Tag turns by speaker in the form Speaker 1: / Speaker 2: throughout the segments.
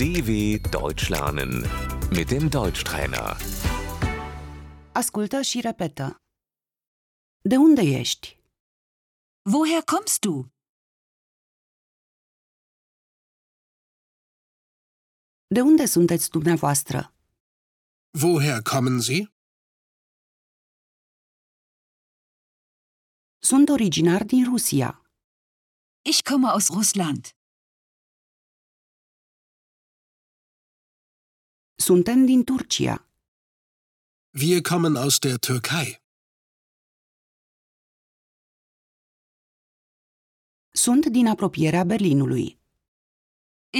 Speaker 1: DW Deutsch lernen mit dem Deutschtrainer.
Speaker 2: Ascultă și repetă. De unde ești?
Speaker 3: Woher kommst du?
Speaker 2: De unde sunteți dumneavoastră?
Speaker 4: Woher kommen Sie?
Speaker 2: Sunt originar din Rusia.
Speaker 3: Ich komme aus Russland.
Speaker 2: Suntem din Turcia.
Speaker 4: Wir kommen aus der Türkei.
Speaker 2: Sunt din apropierea Berlinului.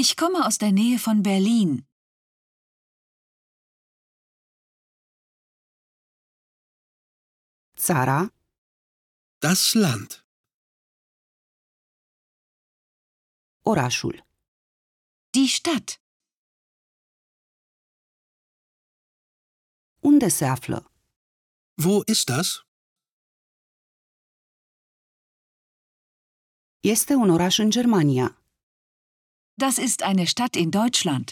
Speaker 3: Ich komme aus der Nähe von Berlin.
Speaker 2: Țara,
Speaker 4: Das Land.
Speaker 2: orașul.
Speaker 3: Die Stadt.
Speaker 2: Unde se află?
Speaker 4: Wo ist das?
Speaker 2: Este un oraș în Germania.
Speaker 3: Das ist eine Stadt in Deutschland.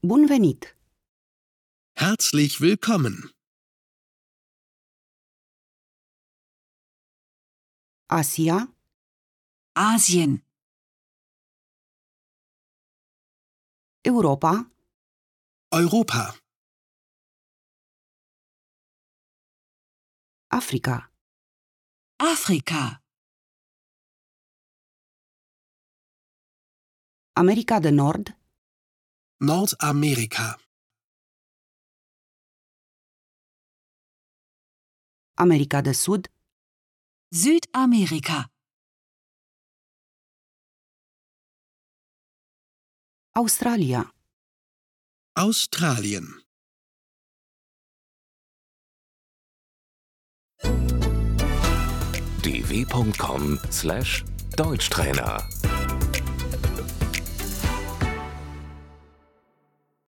Speaker 2: Bun venit!
Speaker 4: Herzlich willkommen.
Speaker 2: Asia,
Speaker 3: Asien.
Speaker 2: Europa,
Speaker 4: Europa.
Speaker 2: Africa.
Speaker 3: Afrika.
Speaker 2: America de Nord,
Speaker 4: Nordamerika.
Speaker 2: America de Sud,
Speaker 3: Südamerika.
Speaker 2: Australia,
Speaker 4: Australien.
Speaker 1: dw.com/deutschtrainer